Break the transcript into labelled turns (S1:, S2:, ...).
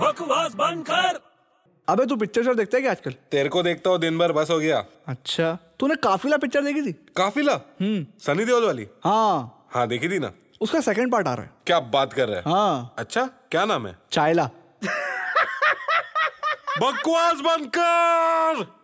S1: बकवास बंद कर
S2: अबे तू पिक्चर सर देखता है क्या आजकल
S3: तेरे को देखता हूँ दिन भर बस हो गया
S2: अच्छा तूने काफिला पिक्चर देखी थी
S3: काफिला सनी देओल वाली
S2: हाँ
S3: हाँ देखी थी ना
S2: उसका सेकंड पार्ट आ रहा है
S3: क्या बात कर रहा है
S2: हाँ
S3: अच्छा क्या नाम है
S2: चाइला
S3: बकवास बंद कर